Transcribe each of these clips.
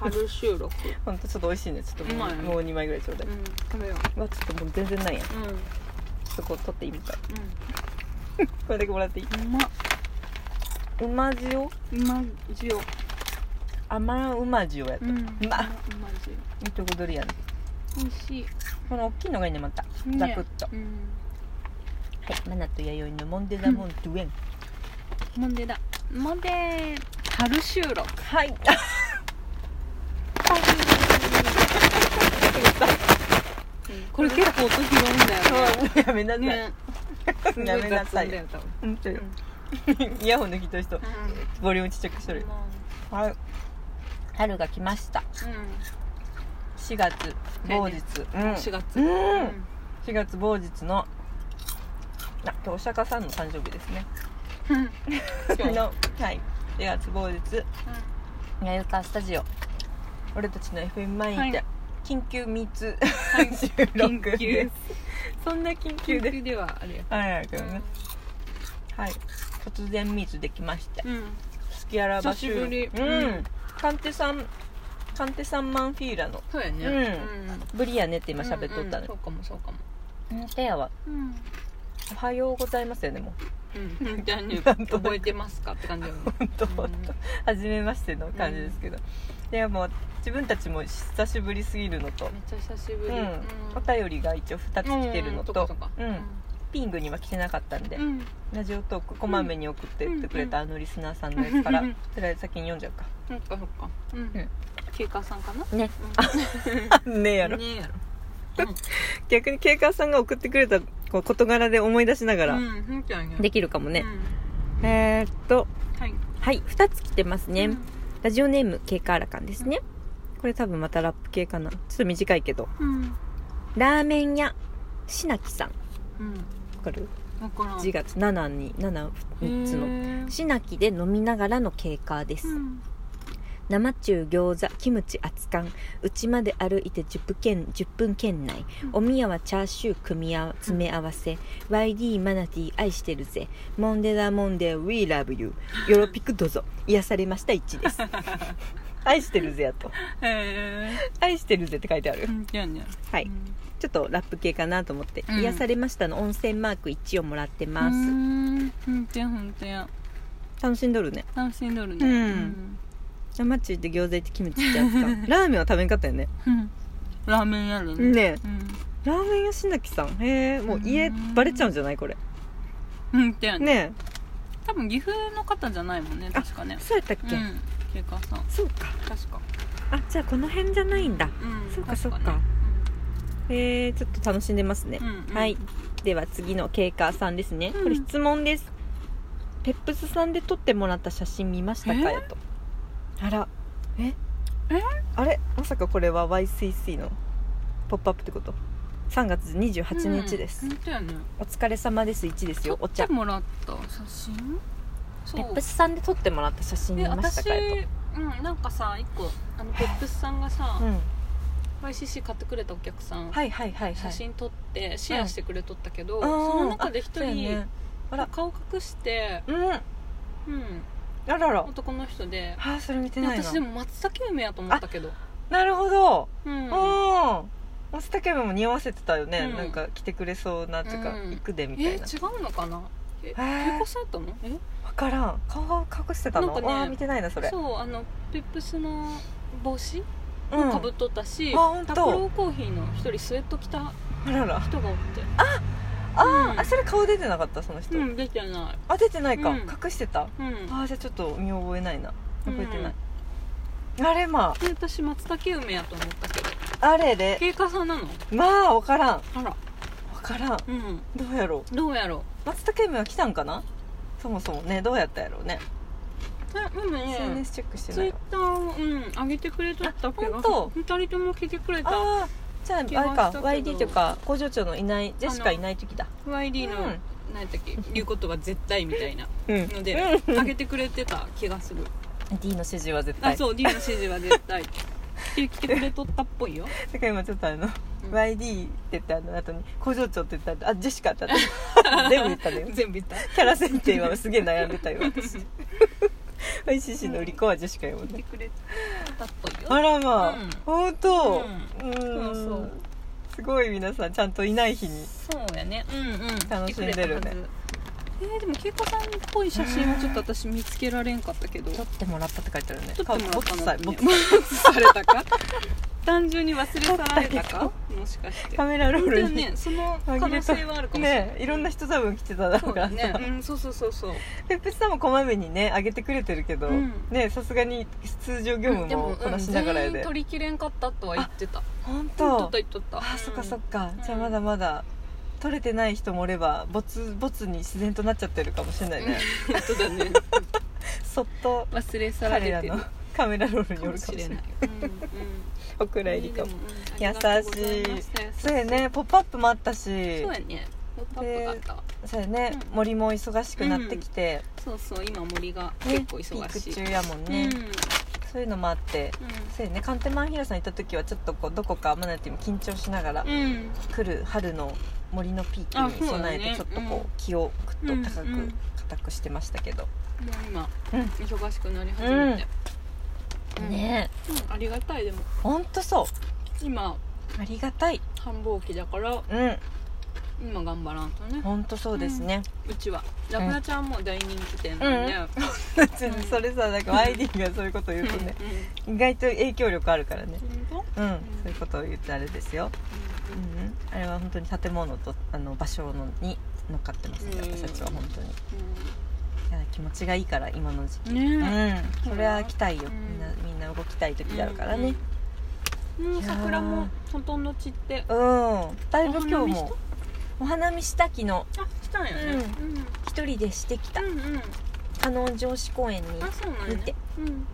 春収録ほんとちょっと美味しいねちょっともううまいもう2枚ぐらいちょうだい、うん食べようわちょっともう全然ないやんううんそこ取っていいみたいこれだけもらっていいうんうまうま塩うま塩甘うま塩やった、うんうまっうま塩いいとこ取りやね美味しいこの大きいのがいいねまたねザクッとうんはいマナと弥生のモンデザモンドゥエンモンデだモンデ春収録はいこれ結構音拾うんだよやめなさい、ねねやめなさいすご雑音だよ多分本当よ イヤホンの人人ボリュームちっちゃくしとるはい春が来ましたう4月某日、うんん4月うん4月某日のあ今日お釈迦さんの誕生日ですねうん今日の、はい、4月某日弥生カスタジオ俺たちの FM 前にて、はい緊急密、い収緊録で急すそんな緊急緊で急ではあれやはいはいけどね、はい突然密できましてうんスキアラバ久しぶりううんん鑑定さん鑑定さんマンフィーラのそうやねうんうんブリやねって今喋っとったうんうんねそ、うかもそうかもうん、ペアはうんおはようございますよねもうんじゃあねなんとなく覚えてますかって感じだよねうどうも初めましての感じですけど、いやもう自分たちも久しぶりすぎるのと、めっちゃ久しぶうりんうんお便りが一応2つ来てるのうんとそっかそっかうんピングには来てなかったんで、うんラジオトークこまめに送ってってくれたあのリスナーさんのやつから、うんそれ先に読んじゃうかそっかそっかうんん警官さんかなねうんあねえやろ、ねえやろ逆に警官さんが送ってくれたこう事柄で思い出しながら、うんそうやねできるかもねう、んえーっとはいはい2つ来てますね、うんラジオネームケイカアラカンですね、これ多分またラップ系かなちょっと短いけどうんラーメン屋しなきさんわうんかるわからん字が7に73つのへーしなきで飲みながらのケイカーです、うん生中餃子キムチ熱燗うちまで歩いて10分圏 ,10 分圏内おみやはチャーシュー組み合わ詰め合わせ YD マナティー愛してるぜモンデダモンデ We love you ヨロピクどうぞ癒されました1です 愛してるぜやとへ愛してるぜって書いてあるえうんそうやねはいちょっとラップ系かなと思って、うん癒されましたの温泉マーク1をもらってうます、んほんとやほんとや楽しんどるね楽しんどるねうんうん生中で餃子行ってキムチってやつか ラーメンは食べんかったよねうんラーメンやるねねえうんラーメン屋しなきさんへえもう家うんバレちゃうんじゃないこれうんってやねね多分岐阜の方じゃないもんね確かえねそうやったっうけ、ん警官さんそうか確かあじゃあこの辺じゃないんだうんそうか確ねそうかへえちょっと楽しんでますねう、んうんはいでは次のケイカーさんですね、うんこれ質問ですペップスさんで撮ってもらった写真見ましたかえよとあらええあれまさかこれは YCC のポップアップってこと3月28日です、うんほんとやねお疲れ様です1ですよお撮っ茶てもらった写真そペうップスさんで撮ってもらった写真見えました私かようんなんかさ一個あのペップスさんがさと、うん、 YCC 買ってくれたお客さんはいはいはいはい写真撮ってシェアしてくれとったけど、あーその中で一そうや人ねあら顔隠して、うんあうん、らら男の人であーそれ見ていやないな私でも松茸梅やと思ったけど、なるほどうん、うんマスタケムも匂わせてたよね、うんなんか来てくれそうなっていうか、うん行くでみたえいな、違うのかなえへー結婚されたのえ分からん顔が隠してたのなんかねわあ見てないなそれそうあのペップスの帽子うもかぶっん、とったし、あほんとタクローコーヒーの一人スウェット着たあらら人がおってあ、うんあそれ顔出てなかったその人、うん出てなあ出てないか、うん隠してたい、うん、あーじゃあちょっと見覚えないな覚えてない、あれまで私松茸梅やと思ったけどああれれ経過さんなのまあ分からんあら分からんうんどうやろどうやろうう松茸夢は来たんかなそもそもねどうやったやろうね、えでもね SNS チェックしてツなイッいわターをうん上げてくれとったけどあほんと二人とも来てくれたああじゃああれ気がかしたけど YD というか工場長のいないジェシカいない時だ YD の、うん何やったっけ言うことは絶対みたいなうんのでうん上げてくれてた気がする D の指示は絶あ対そう D の指示は絶 対で来てくれとったっぽいよだから今ちょっとあの、うん YD って言ったの後に工場長って言った後あジェシカって 言った 全部言ったのよ全部言った キャラ設定はすげえ悩んでたよ私 ICC の売り子味しか読まなてい、くれたっぽいよあらまあ、うん本当ううんそうそうすごい皆さんちゃんといない日にそうやねうんうん楽しん来てでるねくれたはずえー、でも恵子さんっぽい写真はちょっと私見つけられんかったけど撮ってもらったって書いてあるね撮ってもらったのねボツさえボツされたか単純に忘れ去られた 撮かもしかしてカメラローでルもにねその可能性はあるかもしれない、ねいろんな人多分来てただろそううからださね、うん、そうそうそうそうペップさんもこまめにね上げてくれてるけど、うんねさすがに通常業務もこなしながらやうん全で、員取りきれんかったとは言ってた本言っと当った言っとったあそっかそっか、うんじゃあまだまだ取れてない人もおればボツボツに自然となっちゃってるかもしれないね、本当だねそっと忘れ去ら彼れらてるのカメラロールかによるもかしもしれれなないいお蔵入りかも優優しいそうやね「ポップアップもあったしそうやねポップアップがあったそうやね、うん森も忙しくなってきて、そうそう今森がね結構忙しピい、ーク中やもんうんうね、んそういうのもあってそうやねカンテマンヒラさん行った時はちょっとこうどこかマナティも緊張しながらうん来る春の森のピーあそうクにだ備えねてちょっとこうう気をぐっと高うんうんく固くしてましたけど、もう今、うん忙しくなり始めて、うんねえうんありがたいでもほんとそう今ありがたい繁忙期だからうん今頑張らんとねほんとそうですね、うちはラクダちゃんも大人気店なんで、ちょっと それさなんか YD がそういうことを言うとね意外と影響力あるからねうん、そういうことを言ってあれですよ、うんうん、あれは本当に建物とあの場所のに乗っかってますね、うん私たちは本当にいや気持ちがいいから今の時期ねうえん、それは来たいよ、うんみんなみんな動きたい時だからね、うんもういやー桜もほとんど散ってうん、だいぶ今日もおお花見した昨日あしたんやね一人でしてきたうんうん加納城址公園にあそうなんや見てね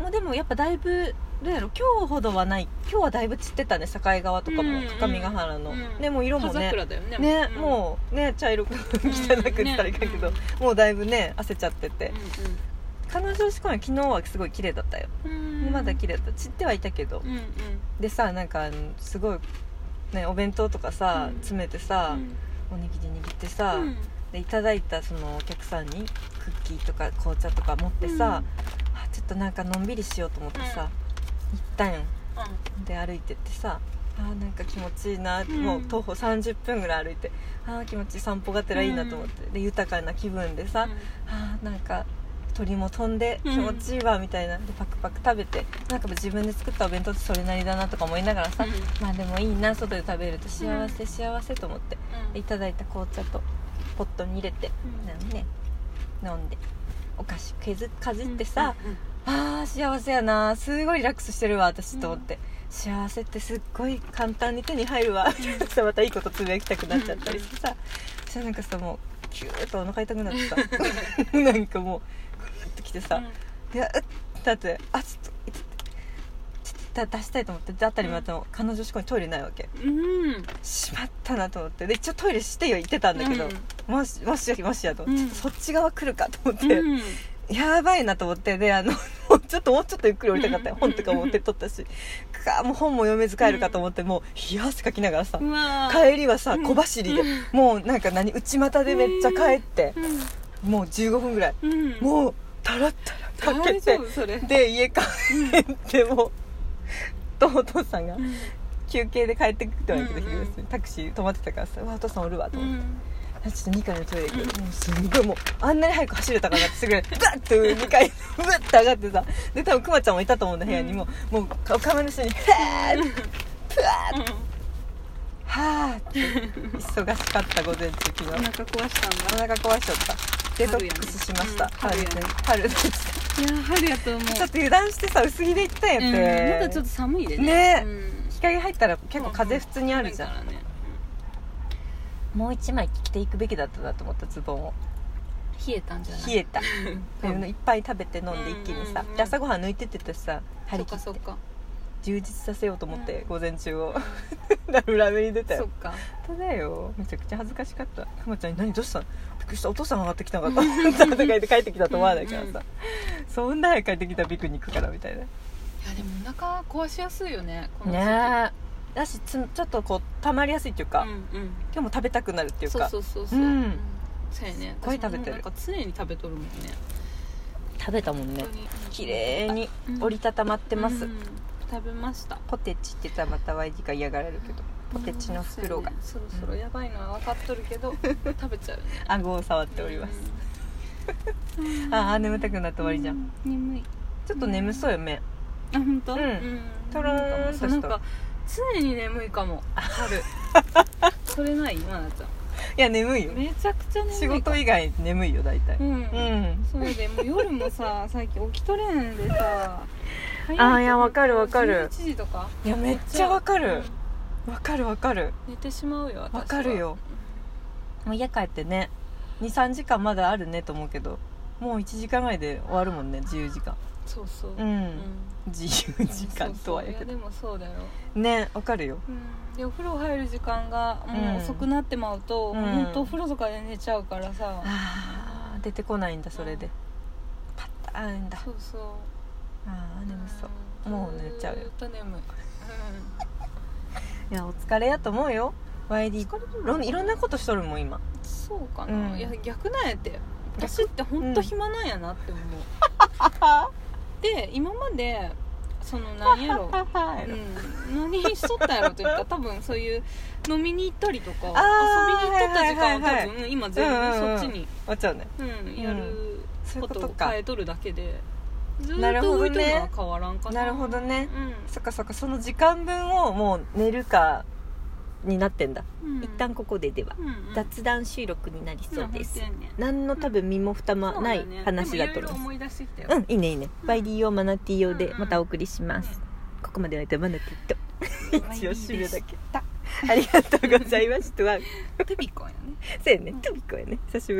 うんもうでもやっぱだいぶどうやろ今日ほどはない今日はだいぶ散ってたね境川とかうんもうん各務原の、うんでもう色も葉ね桜だよねね、んもうね茶色く 汚くったらいいんだけど、うんねもうだいぶね焦っちゃっててう加納城址公園昨日はすごい綺麗だったよ、んうんうんまだ綺麗だった散ってはいたけど、うんうんでさなんかあのすごい、ね、お弁当とかさ、うん詰めてうさ、んおにぎり握ってさ、うんでいただいたそのお客さんにクッキーとか紅茶とか持ってさ、あちょっとなんかのんびりしようと思ってさ、行ったんよあで歩いてってさあーなんか気持ちいいな、んもう徒歩30分ぐらい歩いてあー気持ちいい散歩がてらいいなと思って、で豊かな気分でさ、あーなんか鳥も飛んでうん気持ちいいわみたいな、でパクパク食べてなんか自分で作ったお弁当ってそれなりだなとか思いながらさ、うんまあでもいいな外で食べると幸せ幸せと思ってうんいただいた紅茶とポットに入れて、うんなんかね飲んでお菓子削かじってさ、うんあー幸せやなすごいリラックスしてるわ私と思って、幸せってすっごい簡単に手に入るわみたいなさ またいいことつぶやきたくなっちゃったりしてさ、そしたらなんかさもうキューッとお腹痛くなってさ なんかもうグーッときてさ、でうっだってあちょっといつちょっと出したいと思ってであたりまた彼女しかにトイレないわけうんうんしまったなと思ってで一応トイレしてよ言ってたんだけど、うんもしもしよりもしやと思って、うんそっち側来るかと思って、うんやばいなと思ってであのもうちょっともうちょっとゆっくり降りたかったよ、うん本とか持ってっとったしくわもう本も読めず帰るかと思って、もう冷や汗かきながらさ、うわー帰りはさうん小走りで、もうなんか何内股でめっちゃ帰って、もう15分ぐらい、うんうんもうタラッタラかけ大て丈夫それで家帰ってもうとお父さんがうん休憩で帰ってくってわうけで、んうん昼休みタクシー止まってたからさ「うわお父さんおるわ」とう思って。んあちょっと2階のトイレ行く、もうすんごいもうあんなに早く走れたかなってすぐらいバッと2階ブッと上がってさで多分クマちゃんもいたと思うんだ部屋にもうもうか釜の下に「へーってはーって忙しかった午前中昨お日腹壊したんおだ腹壊しちゃったデトックスしました春春,、やねね、春でしたいやー春やと思うちょっと油断してさ薄着で行ったんやっうんて、まだちょっと寒いでねねうん日陰入ったら結構風普通にあるじゃん、寒いからねもう1枚着ていくべきだったなと思ったズボンを冷えたんじゃない 冷えたうんいっぱい食べて飲んで一気にさ、うんうんうんで朝ごはん抜いてってたしさそ張りっ切かってそっか充実させようと思って、うん午前中を だから裏目に出たそっよか本当だよめちゃくちゃ恥ずかしかったたまちゃんに「何どうしたの?」びっくりしたお父さん上がってきたのかと思った とか言って帰ってきたと思わないからさ、うんうんそんな早く帰ってきたらピクニックからみたいないやでもお腹壊しやすいよねこの時期ねえだしつちょっとこう溜まりやすいっていうか、うんうん今日も食べたくなるっていうそうかそうそうそううんそうやねすっごい食べて私もるなんか常に食べとるもんね食べたもんね本当に綺麗に折りたたまってます、うん食べましたポテチって言ったらまた YG が嫌がられるけどポテチの袋がうんそうやねそろそろやばいのは分かっとるけど食べちゃうね 顎を触っております、うんああ眠たくなって終わりじゃん、う眠いちょっと眠そうよ目あ本当うんととろーんとしたなんか常に眠いかも 春それない今なちゃいや眠いよんめちゃくちゃ眠い仕事以外眠いよ大体う、うんんそうでもう夜も さ最近起きとれんでさ早いあーいやわかるわかる11時とかいやめっちゃわかるうんわかるわかる寝てしまうよ私はわかるよもう家帰ってね23時間まだあるねと思うけどもう1時間ぐらいで終わるもんね自由時間そうそうう、うん自由時間とそうそはうやいやけどでもそうだよ、ねわかるようん、でお風呂入る時間がもううん遅くなってまうと、うんもうほんとお風呂とかで寝ちゃうからさ、あー出てこないんだそれでパッターンだそうそうあー眠そううんもう寝ちゃうよずーっと眠い、いやお疲れやと思うよ YD いろんいろんなことしとるもん今うん、そうかな、うんいや逆なんやって私ってほんと暇なんやなって思う、で今までその何 やろははいううんん、何しとったやろって言ったら多分そういう飲みに行ったりとかあー遊びに行っとった時間ははいはい多は分今全部そっちに、終わっちゃうねうんやるそういこうこととをか変えとるだけでずなーるっとほ動どいとるのねは変わらんかななるほどねうそっかそっかその時間分をもう寝るかになってんだ、ん、うん、一旦ここででは、うんうん雑談収録になりそうです、まあ本当やね何の多分身も蓋もない話だとでもいろい思いろます思い出してきたよ、うんいいねいいねうんバイディ用マナティ用うんでうんまたお送りします、ここまでの間マナティと一応締めだけたありがとうございましたトゥビコやねそうやねうんトピコやね久しぶり